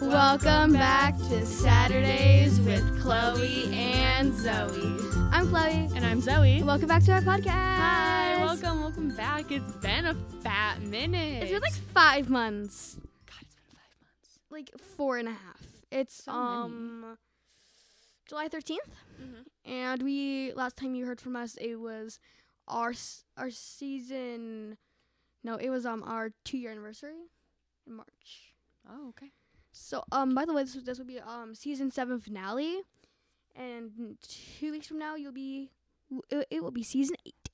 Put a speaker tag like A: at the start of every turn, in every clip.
A: Welcome back to Saturdays with Chloe and Zoe.
B: I'm Chloe.
A: And I'm Zoe.
B: Welcome back to our podcast.
A: Hi, welcome, welcome back. It's been a fat minute.
B: It's been like five months,
A: God, it's been five months.
B: like four and a half. It's
A: So many.
B: um July 13th,
A: Mhm.
B: and we last time you heard from us, it was our s- our season. No, it was um our two year anniversary in March.
A: Oh, okay.
B: So, um, by the way, this this will be um season seven finale, and in two weeks from now you'll be w- it, it will be season eight.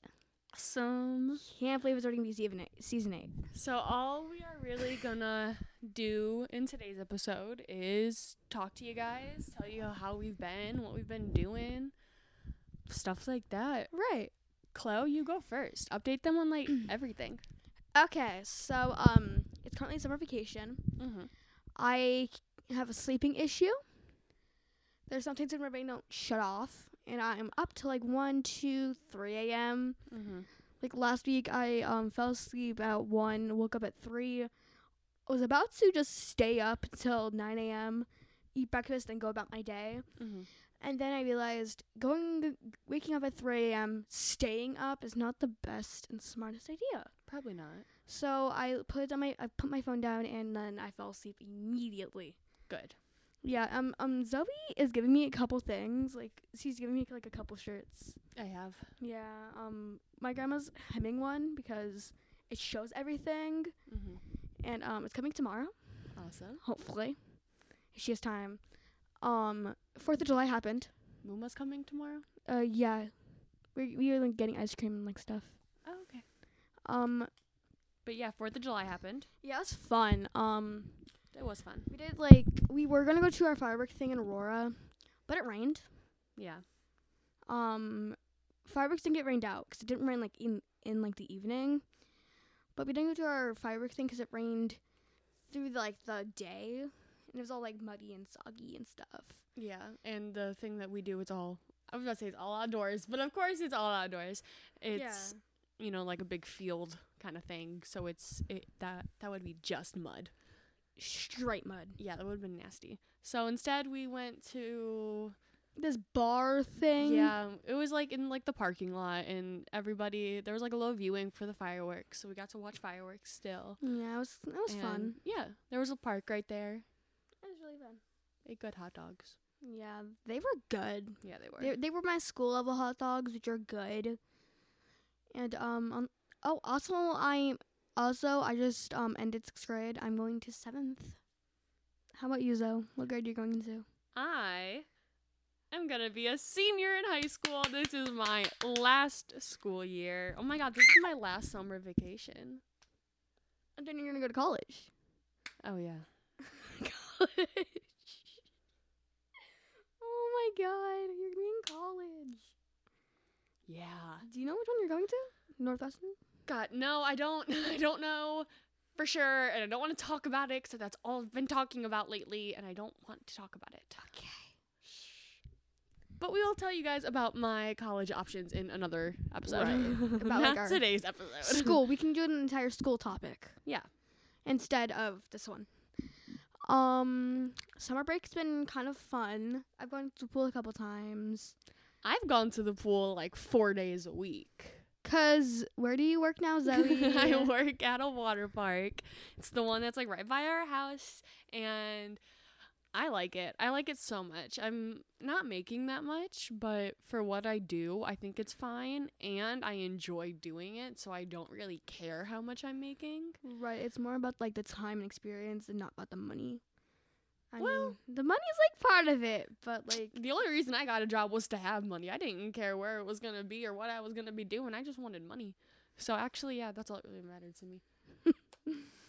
A: Awesome.
B: Can't believe it's already gonna be season eight. Season eight.
A: So, all we are really gonna do in today's episode is talk to you guys, tell you how we've been, what we've been doing, stuff like that.
B: Right.
A: Chloe, you go first. Update them on like everything.
B: Okay. So, um, it's currently summer vacation.
A: Mm-hmm.
B: I c- have a sleeping issue. There's sometimes in my brain don't shut off, and I'm up to like one, two, three a.m.
A: Mm-hmm.
B: Like last week, I um fell asleep at one, woke up at three. Was about to just stay up until nine a.m., eat breakfast, and go about my day.
A: Mm-hmm.
B: And then I realized going, waking up at three a.m., staying up is not the best and smartest idea.
A: Probably not.
B: So I put it on my, I put my phone down, and then I fell asleep immediately.
A: Good.
B: Yeah. Um. Um. Zoe is giving me a couple things. Like she's giving me like a couple shirts.
A: I have.
B: Yeah. Um. My grandma's hemming one because it shows everything,
A: Mm-hmm.
B: and um, it's coming tomorrow,
A: Awesome.
B: hopefully, if she has time. Um. Fourth of July happened.
A: Muma's coming tomorrow.
B: Uh. Yeah. We we were like getting ice cream and like stuff.
A: Oh, okay.
B: Um.
A: But yeah, Fourth of July happened.
B: Yeah, it was fun. Um.
A: It was fun.
B: We did like we were gonna go to our firework thing in Aurora, but it rained.
A: Yeah.
B: um fireworks didn't get rained out 'cause it didn't rain like in in like the evening but we didn't go to our firework thing 'cause it rained through like the day and it was all like muddy and soggy and stuff
A: Yeah. And the thing that we do, it's all. I was about to say it's all outdoors, but of course it's all outdoors. It's you know like a big field kind of thing, so it's it that that would be just mud.
B: straight mud
A: Yeah, that would have been nasty. So instead we went to
B: this bar thing
A: Yeah, it was like in like the parking lot, and everybody there was like a little viewing for the fireworks, so we got to watch fireworks still.
B: yeah it was it was
A: And,
B: fun
A: Yeah, there was a park right there.
B: it was really fun
A: Ate good hot dogs.
B: yeah they were good
A: Yeah, they were.
B: they, they were my school level hot dogs which are good and um on, oh also i also i just um ended sixth grade i'm going to seventh how about you zoe what grade are you going into
A: I am gonna be a senior in high school. This is my last school year. Oh my god, this is my last summer vacation.
B: and then you're gonna go to college
A: Oh yeah.
B: college oh my god you're gonna be in college
A: Yeah.
B: do you know which one you're going to northwestern
A: God, no, I don't. I don't know for sure, and I don't want to talk about it because that's all I've been talking about lately, and I don't want to talk about it.
B: okay
A: But we will tell you guys about my college options in another episode.
B: Right. About,
A: Not
B: like, our
A: today's episode.
B: school. We can do an entire school topic.
A: Yeah.
B: Instead of this one. Um, summer break's been kind of fun. I've gone to the pool a couple times.
A: I've gone to the pool like four days a week.
B: Cause where do you work now, Zoe?
A: I work at a water park. It's the one that's like right by our house and I like it. I like it so much. I'm not making that much, but for what I do, I think it's fine and I enjoy doing it, so I don't really care how much I'm making.
B: Right. It's more about like the time and experience, and not about the money. I
A: Well-
B: mean, the money's like part of it, but like,
A: The only reason I got a job was to have money. I didn't care where it was going to be or what I was going to be doing. I just wanted money. So actually, yeah, that's all that really mattered to me.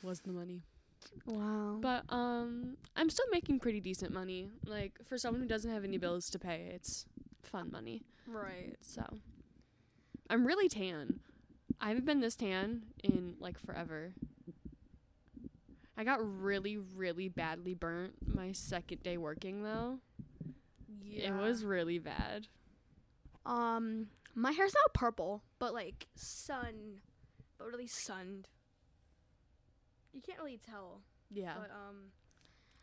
A: was the money.
B: wow.
A: But um I'm still making pretty decent money. Like for someone who doesn't have any bills to pay, it's fun money.
B: right.
A: So I'm really tan. I haven't been this tan in like forever. I got really, really badly burnt my second day working though.
B: Yeah.
A: It was really bad.
B: Um, my hair's not purple, but like sun, but really sunned. You can't really tell.
A: Yeah.
B: But um,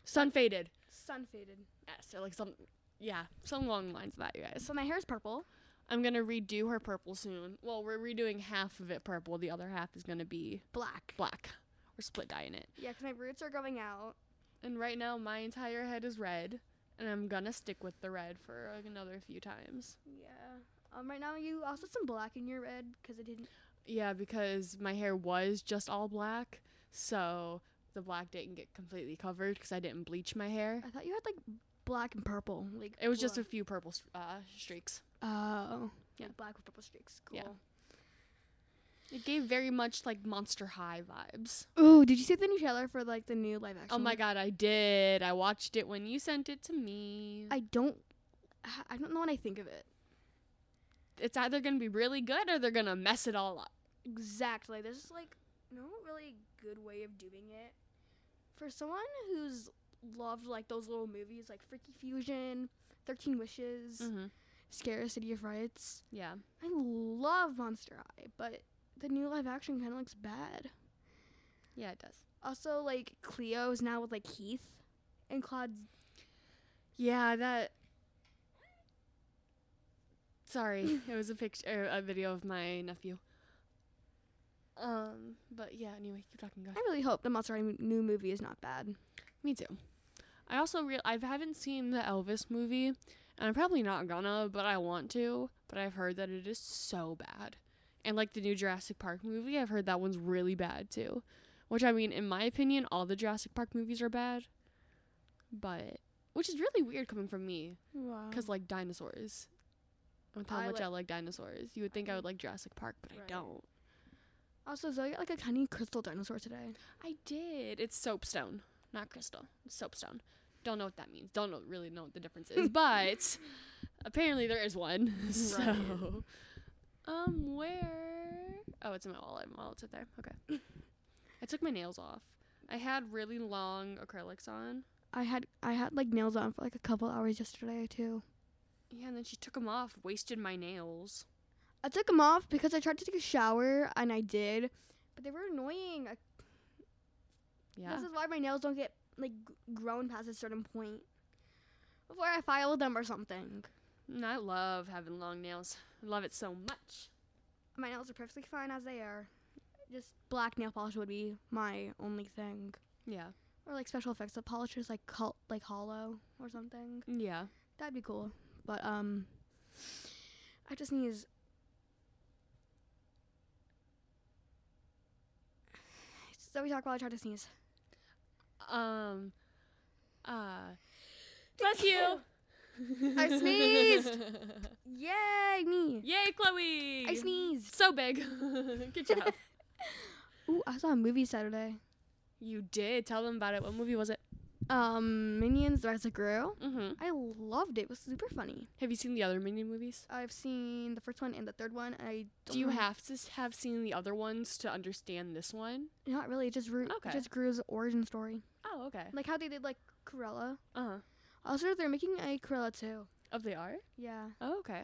A: Sun faded.
B: Sun faded.
A: Yeah, so like some, yeah, some long lines of that, you guys.
B: So my hair's purple.
A: I'm gonna redo her purple soon. Well, we're redoing half of it purple. The other half is gonna be
B: Black.
A: black. We're split dyeing it.
B: Yeah, 'cause my roots are going out.
A: And right now, my entire head is red, and I'm gonna stick with the red for like, another few times.
B: Yeah. Um, right now you also some black in your red because I didn't.
A: Yeah, because my hair was just all black, so the black didn't get completely covered because I didn't bleach my hair.
B: I thought you had like black and purple. Like
A: It was just a
B: black-
A: few purple s- uh, streaks.
B: Oh.
A: Yeah.
B: Like black with purple streaks. Cool.
A: Yeah. It gave very much like Monster High vibes.
B: Ooh, did you see the new trailer for like the new live action?
A: Oh my god, I did. I watched it when you sent it to me.
B: I don't. I don't know what I think of it
A: it's either going to be really good or they're going to mess it all up.
B: exactly. There's just like no really good way of doing it for someone who's loved like those little movies like Freaky Fusion, Thirteen Wishes, Scare City of Rights.
A: Yeah.
B: I love Monster High, but the new live action kind of looks bad.
A: Yeah, it does.
B: Also, like Cleo is now with like Heath and Claude.
A: Yeah, that Sorry, it was a picture a video of my nephew. Um, but yeah, anyway, keep talking guys.
B: I really hope the Monster High m- new movie is not bad.
A: Me too. I also real I haven't seen the Elvis movie, and I'm probably not gonna, but I want to. But I've heard that it is so bad, and like the new Jurassic Park movie, I've heard that one's really bad too. Which I mean, in my opinion, all the Jurassic Park movies are bad, but which is really weird coming from me,
B: Wow.
A: cause like dinosaurs. With how
B: Um, I
A: much
B: like-
A: I like dinosaurs, you would think I would like Jurassic Park, but
B: Right.
A: I don't.
B: Also, Zoe got like a tiny crystal dinosaur today.
A: I did. It's soapstone, not crystal. It's soapstone. Don't know what that means. Don't know, really know what the difference is, but apparently there is one. So, um, where? Oh, it's in my wallet. My wallet's up there. Okay. I took my nails off. I had really long acrylics on.
B: I had I had like nails on for like a couple hours yesterday too.
A: Yeah, and then she took them off. Wasted my nails.
B: I took them off because I tried to take a shower and I did, but they were annoying. I,
A: Yeah.
B: This is why my nails don't get like g- grown past a certain point before I file them or something.
A: And I love having long nails. I love it so much.
B: My nails are perfectly fine as they are. Just black nail polish would be my only thing,
A: Yeah.
B: or like special effects of polishers like col- like hollow or something.
A: Yeah.
B: That'd be cool. But um, I just need. So we talk while I try to sneeze.
A: Um. Uh. Bless you.
B: I sneezed. Yay me!
A: Yay, Chloe!
B: I sneezed.
A: So big. Good job.
B: Ooh, I saw a movie Saturday.
A: you did. Tell them about it. What movie was it?
B: Um, Minions: The Rise of Gru.
A: Mm-hmm.
B: I loved it. It was super funny.
A: Have you seen the other Minion movies?
B: I've seen the first one and the third one. and I don't
A: Do you
B: know-
A: have to s- have seen the other ones to understand this one?
B: Not really. It just Ru-
A: Okay.
B: it just Gru's origin story,
A: Oh, okay.
B: like how they did like Cruella.
A: Uh huh.
B: Also, they're making a Cruella too.
A: Oh, they are?
B: Yeah.
A: Oh, okay.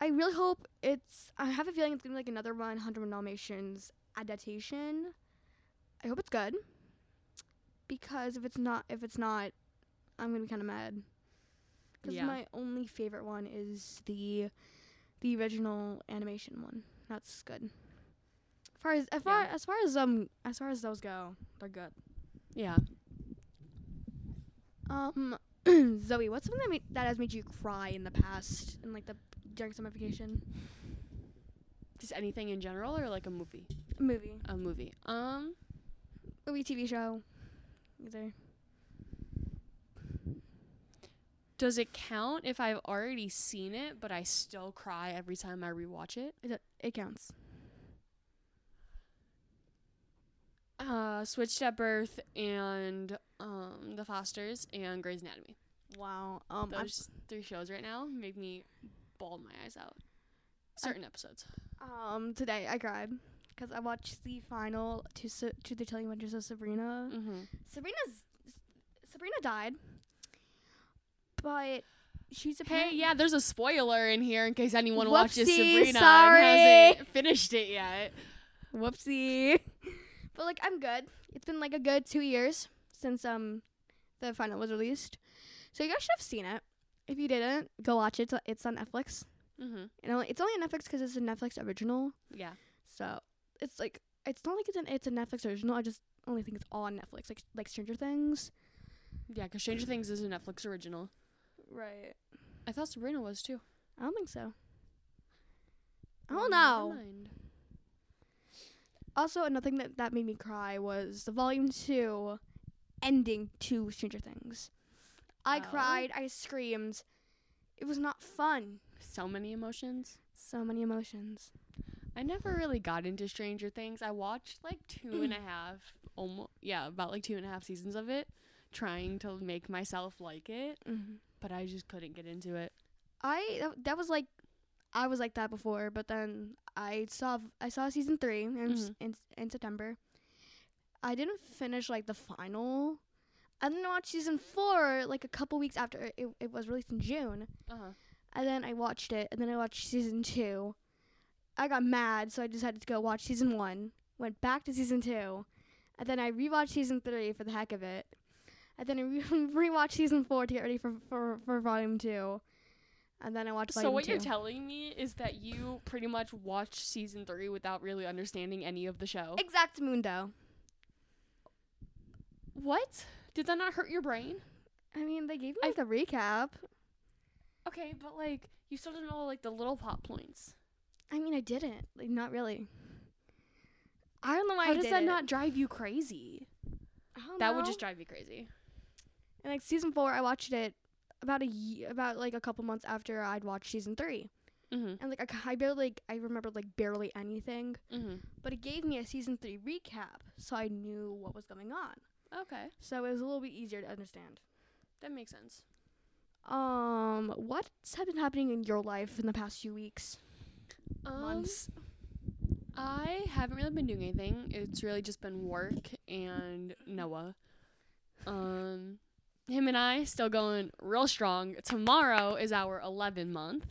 B: I really hope it's. I have a feeling it's gonna be like another one, Hundred Dalmatians adaptation. I hope it's good. Because if it's not, if it's not, I'm gonna be kind of mad. Because
A: Yeah.
B: my only favorite one is the, the original animation one. That's good. As far as as far,
A: Yeah.
B: as far as um as far as those go, they're good.
A: Yeah.
B: Um, Zoe, what's something that made, that has made you cry in the past, and like the during summer vacation
A: Just anything in general or like a movie?
B: movie?
A: A movie. Um,
B: movie, TV show, either.
A: does it count if I've already seen it, but I still cry every time I rewatch it?
B: It, it counts.
A: Uh, Switched at Birth and um, The Fosters and Grey's Anatomy.
B: Wow. Um, I've,
A: those three shows right now make me bawl my eyes out. Certain episodes.
B: um, today I cried because I watched the final to Sa- to the Telling Adventures of Sabrina.
A: Mm-hmm.
B: Sabrina's Sabrina died, but she's a
A: Hey, yeah, there's a spoiler in here in case anyone watches
B: Whoopsie,
A: Sabrina
B: sorry.
A: and hasn't finished it yet.
B: Whoopsie. but like I'm good. It's been like a good two years since um the final was released. So you guys should have seen it. If you didn't, go watch it. It's- It's on Netflix.
A: Mm-hmm.
B: You know, it's only on Netflix because it's a Netflix original.
A: Yeah.
B: So it's like it's not like it's an it's a Netflix original. I just only think it's all on Netflix, like like Stranger Things.
A: Yeah, because Stranger Things is a Netflix original.
B: Right.
A: I thought Sabrina was too.
B: I don't think so. I
A: Oh
B: don't
A: no!
B: know. Also, another thing that that made me cry was the volume two ending to Stranger Things. I
A: Oh.
B: cried. I screamed. It was not fun.
A: So many emotions.
B: So many emotions.
A: I never really got into Stranger Things. I watched like two and a half, almost yeah, about like two and a half seasons of it, trying to make myself like it,
B: Mm-hmm.
A: but I just couldn't get into it.
B: I that, that was like I was like that before, but then I saw I saw season three in, s
A: Mhm.
B: in in September. I didn't finish like the final. I then watched season four like a couple weeks after it, it was released in June,
A: Uh huh.
B: and then I watched it, and then I watched season two. I got mad, so I decided to go watch season one. Went back to season two, and then I rewatched season three for the heck of it. And then I re- rewatched season four to get ready for for, for volume two. And then I watched
A: So
B: volume
A: what
B: two.
A: you're telling me is that you pretty much watched season three without really understanding any of the show.
B: Exact Mundo.
A: What? Did that not hurt your brain?
B: I mean, they gave me
A: I-
B: like a recap.
A: Okay, but like you still don't know like the little plot points.
B: I mean, I didn't. Like, not really. I don't know why
A: How
B: I
A: does
B: did
A: that
B: it.
A: not drive you crazy?
B: I don't
A: That
B: know.
A: would just drive you crazy.
B: And like season four, I watched it about a ye- about like a couple months after I'd watched season three,
A: Mm-hmm.
B: and like I, ca- I barely like I remembered like barely anything,
A: Mm-hmm.
B: but it gave me a season three recap, so I knew what was going on.
A: Okay,
B: So it was a little bit easier to understand.
A: that makes sense.
B: Um, what's have been happening in your life in the past few weeks,
A: Um,
B: months?
A: I haven't really been doing anything. It's really just been work and Noah. Um, him and I still going real strong. Tomorrow is our 11 month.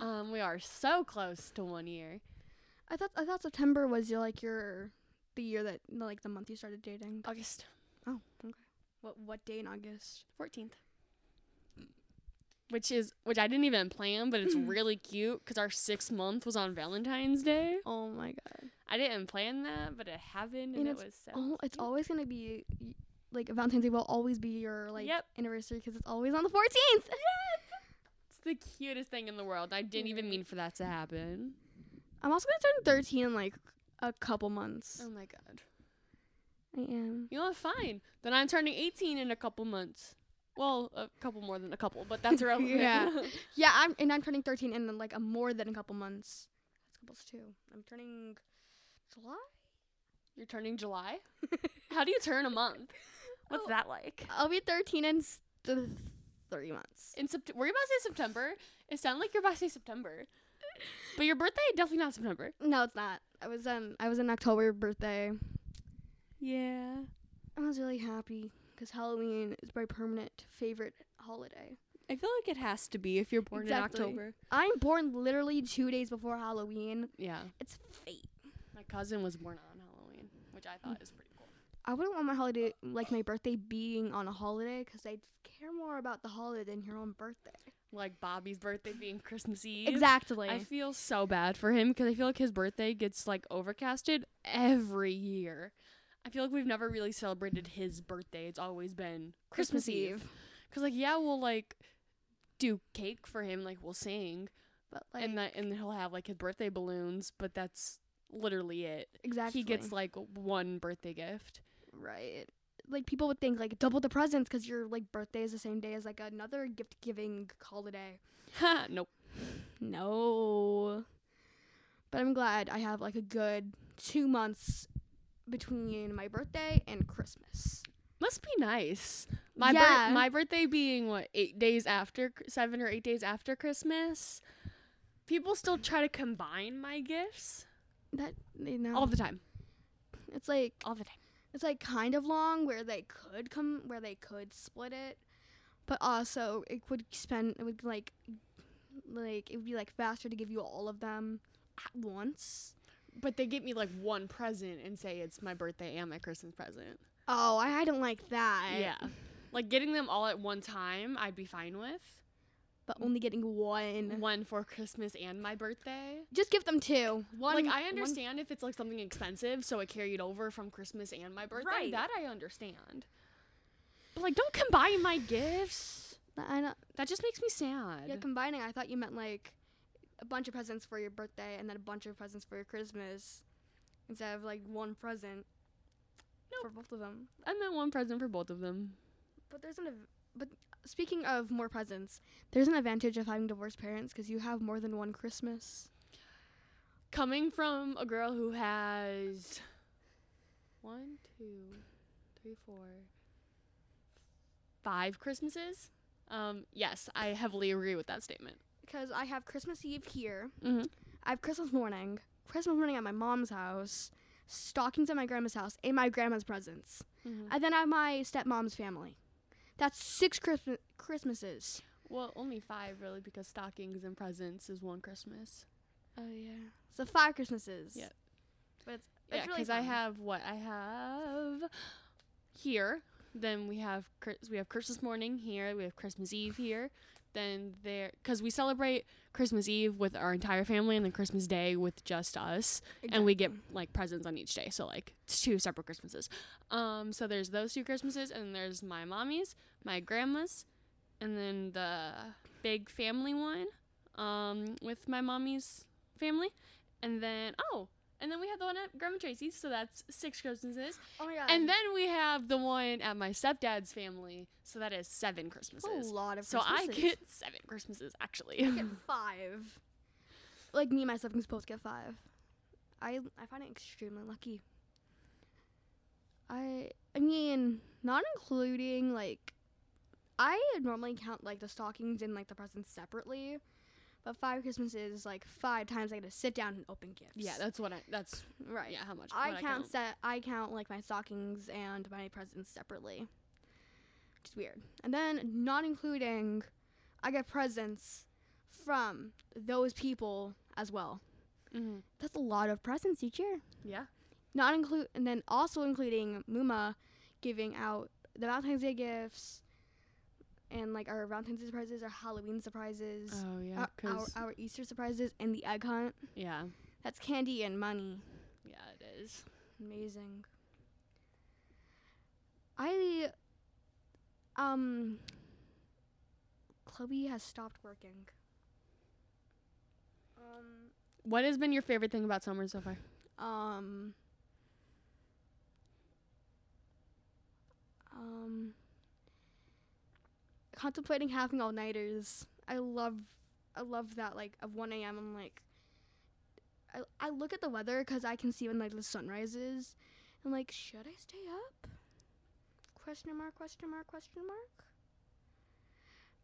A: Um, we are so close to one year.
B: I thought I thought September was your like your the year that like the month you started dating.
A: August
B: Oh, okay. What what day in August?
A: 14th. Which is which I didn't even plan, but it's really cute because our sixth month was on Valentine's Day.
B: Oh my god.
A: I didn't plan that, but it happened, and,
B: And
A: it was so.
B: Oh, it's
A: cute.
B: always gonna be y- like Valentine's Day will always be your like
A: Yep.
B: anniversary because it's always on the 14th.
A: It's the cutest thing in the world. I didn't even mean for that to happen.
B: I'm also gonna turn 13 in like a couple months.
A: Oh my god.
B: I am.
A: You know, fine. Then I'm turning 18 in a couple months. Well, a couple more than a couple, but that's irrelevant.
B: Yeah. Yeah, I'm and I'm turning 13 in like a more than a couple months. That's couples too. I'm turning July.
A: You're turning July? How do you turn a month? What's
B: Oh.
A: that like?
B: I'll be 13 in s- th- three months.
A: In Sept- were you about to say September? It sounded like you're about to say September. But your birthday definitely not September.
B: No, it's not. I was um I was an October birthday.
A: Yeah.
B: I was really happy because Halloween is my permanent favorite holiday.
A: I feel like it has to be if you're born
B: Exactly.
A: in October.
B: I'm born literally two days before Halloween.
A: Yeah.
B: It's fate.
A: My cousin was born on Halloween, which I thought is pretty cool.
B: I wouldn't want my holiday, like my birthday, being on a holiday because I'd care more about the holiday than your own birthday.
A: Like Bobby's birthday being Christmas Eve.
B: Exactly.
A: I feel so bad for him because I feel like his birthday gets like overcasted every year. I feel like we've never really celebrated his birthday. It's always been Christmas, Eve. Because like yeah, we'll like do cake for him, like we'll sing,
B: but like
A: and that and he'll have like his birthday balloons, but that's literally it.
B: exactly,
A: He gets like one birthday gift.
B: right. Like people would think like double the presents because your like birthday is the same day as like another gift giving holiday.
A: Ha, nope.
B: No. But I'm glad I have like a good two months between my birthday and Christmas.
A: Must be nice. My bir-
B: Yeah.
A: my birthday being what eight days after, seven or eight days after Christmas. People still try to combine my gifts
B: That you know,
A: all the time,
B: it's like
A: all the time.
B: it's like kind of long where they could come where they could split it, but also it would spend it would like like it would be like faster to give you all of them at once.
A: But they get me like one present and say it's my birthday and my Christmas present.
B: Oh, I, I don't like that.
A: yeah, Like getting them all at one time, I'd be fine with.
B: but only getting one.
A: One for Christmas and my birthday.
B: Just give them two. One.
A: like I
B: one-
A: understand if it's like something expensive, so it carried over from Christmas and my birthday.
B: Right.
A: That I understand. But like, don't combine my gifts.
B: I know.
A: That just makes me sad.
B: Yeah, combining. I thought you meant like a bunch of presents for your birthday and then a bunch of presents for your Christmas instead of like one present
A: Nope.
B: for both of them.
A: I meant one present for both of them.
B: But there's an av- but speaking of more presents, there's an advantage of having divorced parents because you have more than one Christmas.
A: Coming from a girl who has one, two, three, four, five Christmases. Um, yes, I heavily agree with that statement.
B: Because I have Christmas Eve here,
A: Mm-hmm.
B: I have Christmas morning, Christmas morning at my mom's house, stockings at my grandma's house, and my grandma's presents.
A: Mm-hmm.
B: And then I have my stepmom's family. That's six Christmas Christmases.
A: Well, only five really, because stockings and presents is one Christmas.
B: Oh yeah. So five Christmases.
A: Yep.
B: But it's, it's
A: Yeah,
B: really
A: because I
B: fun.
A: have what I have here. Then we have Chris, we have Christmas morning here. We have Christmas Eve here. Then there, because we celebrate Christmas Eve with our entire family, and then Christmas Day with just us, and we get like presents on each day. So like it's two separate Christmases. Um, so there's those two Christmases, and there's my mommy's, my grandma's, and then the big family one, um, with my mommy's family, and then oh, and then we have the one at Grandma Tracy's, so that's six Christmases.
B: Oh my god.
A: And then we have the one at my stepdad's family, so that is seven
B: That's a
A: Christmases.
B: lot of
A: So I
B: Christmases.
A: get seven Christmases actually.
B: I get five. Like me and my siblings both get five. I I find it extremely lucky. I I mean, not including like I normally count like the stockings and like the presents separately. But five Christmases is like five times I get to sit down and open gifts.
A: yeah, that's what I. That's
B: right.
A: yeah, how much
B: I
A: what
B: count, set. I count like my stockings and my presents separately. Which is weird. And then not including, I get presents from those people as well.
A: Mhm.
B: That's a lot of presents each year.
A: Yeah.
B: Not include, and then also including Muma giving out the Valentine's Day gifts, and like our Valentine's Day surprises, our Halloween surprises,
A: Oh yeah,
B: uh, our, our, our Easter surprises, and the egg hunt.
A: yeah,
B: That's candy and money.
A: yeah, it is.
B: Amazing. I um Chloe has stopped working. Um
A: What has been your favorite thing about summer so far?
B: um um contemplating having all nighters. I love I love that like of 1 a.m. I'm like I, I look at the weather because I can see when like the sun rises. I'm like, should I stay up? Question mark, question mark, question mark.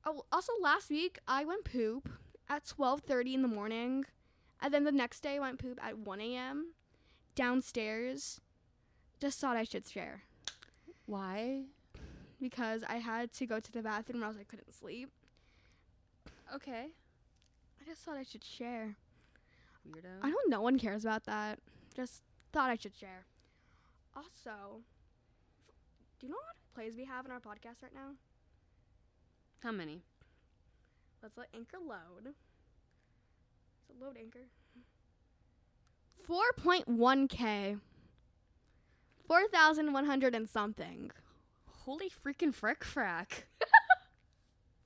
B: Oh, also last week I went poop at 12:30 in the morning, and then the next day I went poop at 1 a.m. downstairs. Just thought I should share
A: Why?
B: because I had to go to the bathroom or else I couldn't sleep.
A: Okay.
B: I just thought I should share.
A: Weirdo.
B: I don't. No one cares about that. Just thought I should share. Also, do you know what plays we have in our podcast right now?
A: How many?
B: Let's let Anchor load. So load Anchor. Four point one k. Four thousand one hundred and something.
A: Holy freaking frick frack.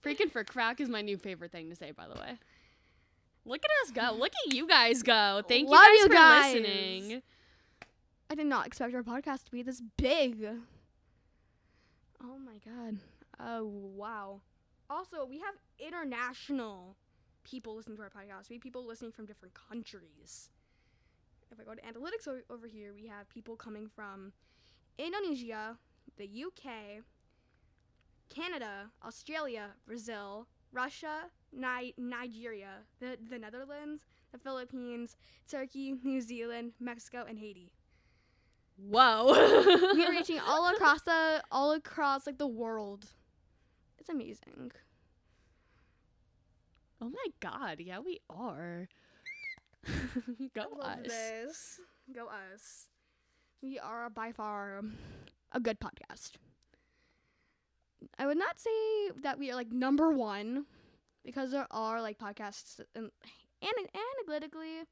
A: freaking frick frack is my new favorite thing to say, by the way. Look at us go. Look at you guys go. Thank you
B: Love
A: guys
B: you
A: for
B: guys.
A: listening.
B: I did not expect our podcast to be this big. Oh my god. Oh wow. Also, we have international people listening to our podcast. We have people listening from different countries. If I go to analytics o- over here, we have people coming from Indonesia, the UK, Canada, Australia, Brazil, Russia, Ni- Nigeria, the, the Netherlands, the Philippines, Turkey, New Zealand, Mexico, and Haiti
A: Whoa.
B: we're reaching all across the all across like the world. It's amazing.
A: Oh my god. Yeah, we are. go us.
B: this. Go us. We are by far a good podcast. I would not say that we are like number one because there are like podcasts and, and analytically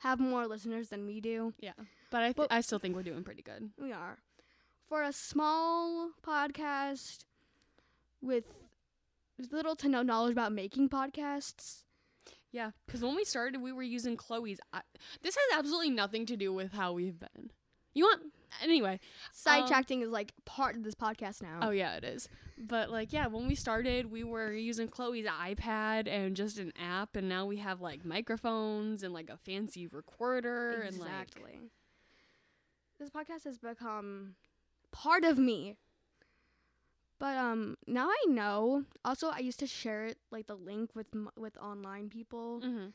B: have more listeners than we do.
A: Yeah. But I, th-
B: Well-
A: I still think we're doing pretty good.
B: We are. For a small podcast with little to no knowledge about making podcasts,
A: Yeah. Because when we started, we were using Chloe's. I- this has absolutely nothing to do with how we've been. You want. Anyway.
B: sidetracking is like part of this podcast now.
A: Um, Oh, yeah, it is. But, like, yeah, when we started, we were using Chloe's iPad and just an app. And now we have, like, microphones and, like, a fancy recorder. And, like,
B: Exactly. This podcast has become part of me. But um now I know. Also I used to share it like the link with m- with online people.
A: Mhm.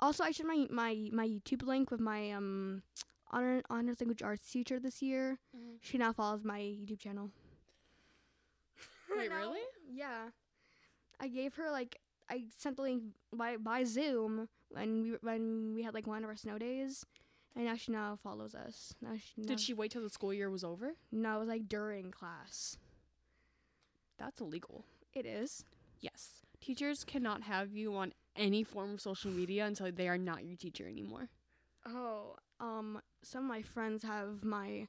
B: Also I shared my my my YouTube link with my um honor honors language arts teacher this year.
A: Mhm.
B: She now follows my YouTube channel.
A: Wait,
B: Now-
A: really?
B: Yeah. I gave her like I sent the link by by Zoom when we when we had like one of our snow days, and now she now follows us. Now she now,
A: Did she wait till the school year was over?
B: No, it was like during class.
A: That's illegal.
B: It is.
A: Yes. Teachers cannot have you on any form of social media until they are not your teacher anymore.
B: Oh. Um. Some of my friends have my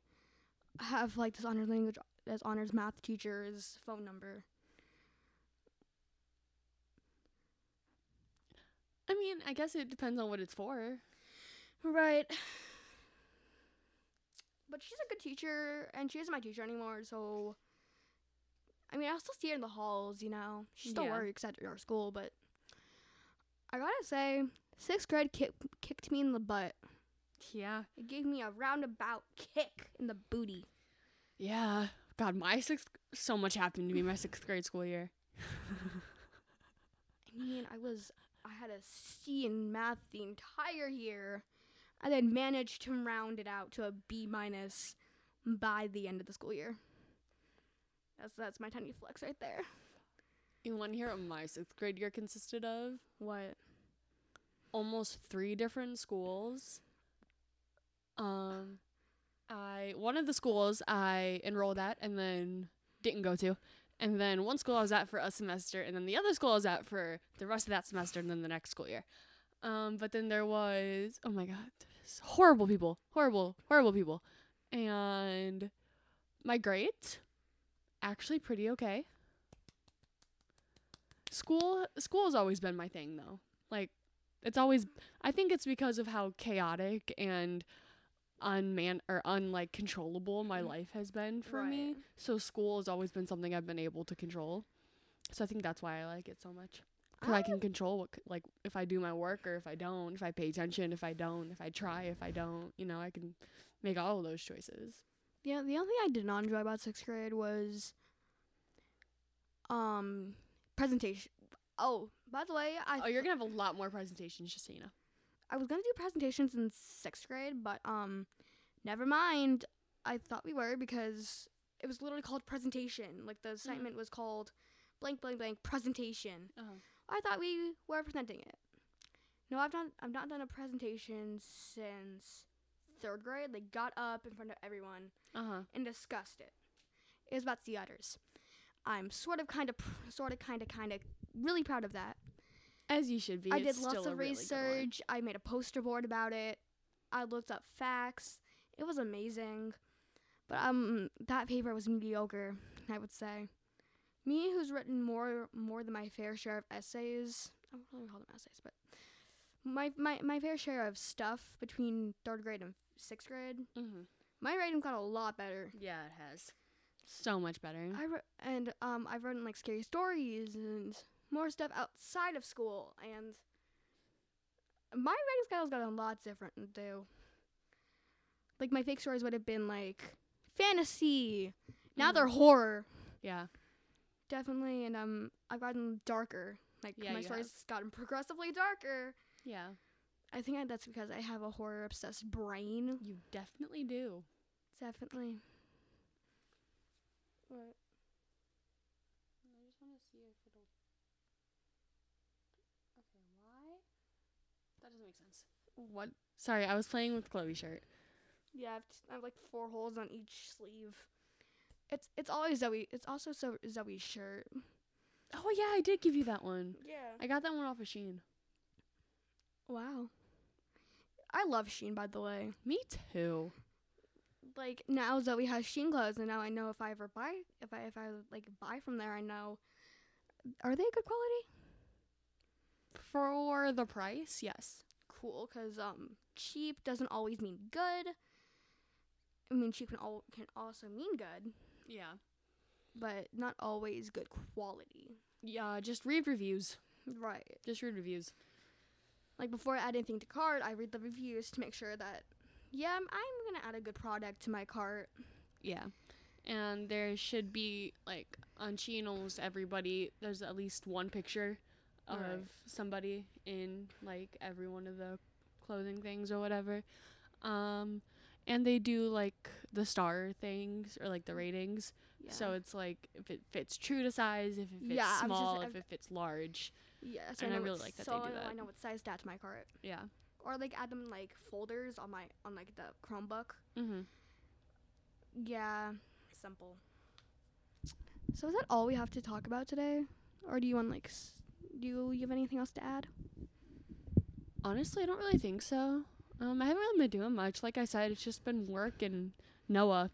B: have like this honors language this honors math teacher's phone number.
A: I mean, I guess it depends on what it's for.
B: Right. But she's a good teacher, and she isn't my teacher anymore, so. I mean, I still see her in the halls, you know. She still
A: Yeah.
B: works at our school, but. I gotta say, sixth grade kick, kicked me in the butt.
A: Yeah.
B: It gave me a roundabout kick in the booty.
A: Yeah. God, my sixth so much happened to me my sixth grade school year.
B: I mean, I was. I had a C in math the entire year. I then managed to round it out to a B minus by the end of the school year. That's that's my tiny flex right there.
A: You want to hear what my sixth grade year consisted of?
B: What?
A: Almost three different schools. Um, I one of the schools I enrolled at and then didn't go to, and then one school I was at for a semester, and then the other school I was at for the rest of that semester, and then the next school year. Um, but then there was oh my god, there's horrible people, horrible, horrible people, and my grades actually pretty okay. School school's always been my thing though. Like it's always I think it's because of how chaotic and unman or unlike controllable my life has been for me.
B: Right.
A: So school has always been something I've been able to control. So I think that's why I like it so much. 'Cause I,
B: I-
A: can control what, c- like, if I do my work or if I don't, if I pay attention, if I don't, if I try, if I don't, you know, I can make all of those choices.
B: Yeah, the only thing I did not enjoy about sixth grade was um presentation. Oh, by the way, I
A: oh, you're
B: th-
A: gonna have a lot more presentations, just so you know.
B: I was gonna do presentations in sixth grade, but um, never mind. I thought we were because it was literally called presentation. Like the assignment was called blank blank blank presentation.
A: Uh-huh.
B: I thought we were presenting it. No, I've done I've not done a presentation since third grade. Like got up in front of everyone
A: Uh huh.
B: and discussed it. It was about sea otters. I'm sort of, kind of, pr- sort of, kind of, kind of, really proud of that.
A: As you should be.
B: I
A: It's
B: did lots
A: still a
B: of
A: really good one.
B: research. I made a poster board about it. I looked up facts. It was amazing. But um that paper was mediocre, I would say. Me who's written more more than my fair share of essays. I don't really call them essays, but my, my my fair share of stuff between third grade and sixth grade.
A: Mhm.
B: My writing got a lot better.
A: Yeah, it has. So much better.
B: I re- and um I've written like scary stories and more stuff outside of school and my writing style's gotten a lot different too. Like my fake stories would have been like fantasy. Now
A: Mm.
B: they're horror,
A: yeah.
B: definitely, and um I've gotten darker. Like
A: Yeah,
B: my
A: you
B: stories gotten progressively darker.
A: Yeah.
B: I think I- that's because I have a horror obsessed brain.
A: You definitely do.
B: Definitely.
A: I just want to see if it'll. Okay, why? That doesn't make sense. What? Sorry, I was playing with Chloe's shirt.
B: Yeah, I have, t- I have like four holes on each sleeve. It's it's always Zoe. It's also so Zoe's shirt.
A: Oh yeah, I did give you that one.
B: Yeah.
A: I got that one off of Sheen.
B: Wow. I love Sheen by the way.
A: Me too.
B: Like now Zoe has Sheen clothes and now I know if I ever buy if I if I like buy from there I know are they good quality?
A: For the price, yes.
B: Cool cuz um cheap doesn't always mean good. I mean cheap can all can also mean good,
A: Yeah.
B: but not always good quality.
A: Yeah, just read reviews.
B: Right.
A: Just read reviews.
B: like before I add anything to cart, I read the reviews to make sure that yeah, I'm, I'm gonna add a good product to my cart.
A: Yeah. And there should be like on Sheen almost everybody there's at least one picture of
B: Right.
A: somebody in like every one of the clothing things or whatever. Um and they do like the star things or like the ratings. So it's like if it fits true to size, if it fits
B: Yeah, I was just-
A: small,
B: I-
A: if it fits large.
B: yeah, so
A: and I
B: know
A: really
B: what
A: like that they
B: so
A: do
B: I know-
A: that.
B: I know what size to add to my cart,
A: Yeah.
B: or like add them in, like folders on my on like the Chromebook.
A: Mm-hmm.
B: Yeah, simple. So is that all we have to talk about today, or do you want like s- do you, you have anything else to add?
A: Honestly, I don't really think so. Um, I haven't really been doing much. Like I said, it's just been work and Noah,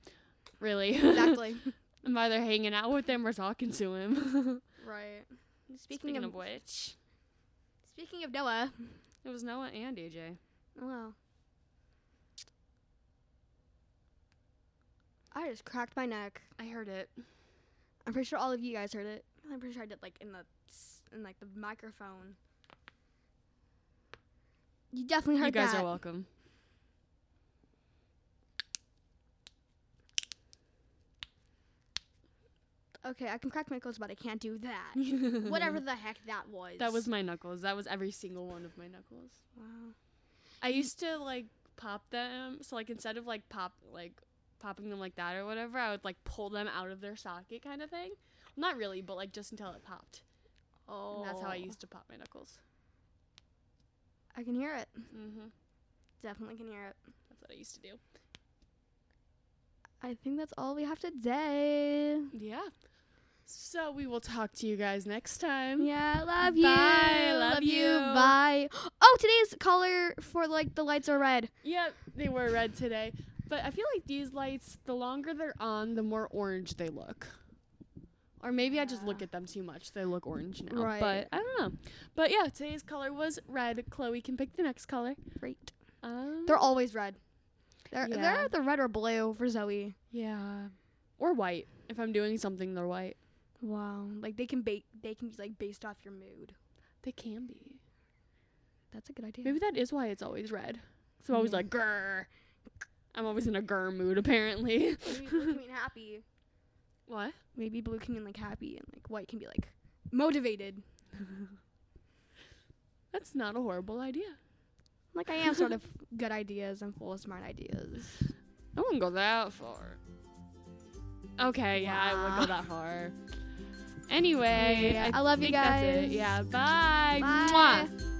A: really.
B: Exactly.
A: I'm either hanging out with him or talking to him.
B: right. Speaking,
A: Speaking,
B: of,
A: of which,
B: speaking of Noah.
A: it was Noah and AJ.
B: Oh, Wow. I just cracked my neck.
A: I heard it.
B: I'm pretty sure all of you guys heard it. I'm pretty sure I did like in the s- in like the microphone. You definitely heard
A: you guys
B: that.
A: are welcome.
B: Okay, I can crack my knuckles, but I can't do that. Whatever the heck that was.
A: That was my knuckles. That was every single one of my knuckles.
B: Wow.
A: I used to like pop them. So like instead of like pop like popping them like that or whatever, I would like pull them out of their socket kind of thing. Not really, but like just until it popped.
B: Oh.
A: And that's how I used to pop my knuckles.
B: I can hear it.
A: Mm-hmm.
B: Definitely can hear it.
A: That's what I used to do.
B: I think that's all we have today.
A: Yeah. So we will talk to you guys next time.
B: Yeah, love
A: Bye,
B: you.
A: love you.
B: Bye. Oh, today's color for like the lights are red.
A: Yep, they were red today. But I feel like these lights, the longer they're on, the more orange they look. Or maybe I just look
B: Yeah.
A: at them too much. They look orange now.
B: Right.
A: But I don't know. But yeah, today's color was red. Chloe can pick the next color.
B: Great.
A: Um,
B: They're always red. They're
A: Yeah.
B: they're either red or blue for Zoe.
A: Yeah. Or white. If I'm doing something, they're white.
B: Wow. Like they can bake they can be like based off your mood.
A: They can be.
B: That's a good idea.
A: Maybe that is why it's always red. So I'm always
B: Yeah.
A: like, grr. I'm always in a grr mood, apparently.
B: Maybe blue can mean happy.
A: what?
B: Maybe blue can mean like happy and like white can be like motivated.
A: That's not a horrible idea.
B: Like I am sort of good ideas and full of smart ideas.
A: I wouldn't go that far. Okay, yeah, I would
B: Wow.
A: go that far. Anyway,
B: Yeah, I love you
A: think that's it.
B: guys.
A: Yeah, bye.
B: Bye.
A: Mwah.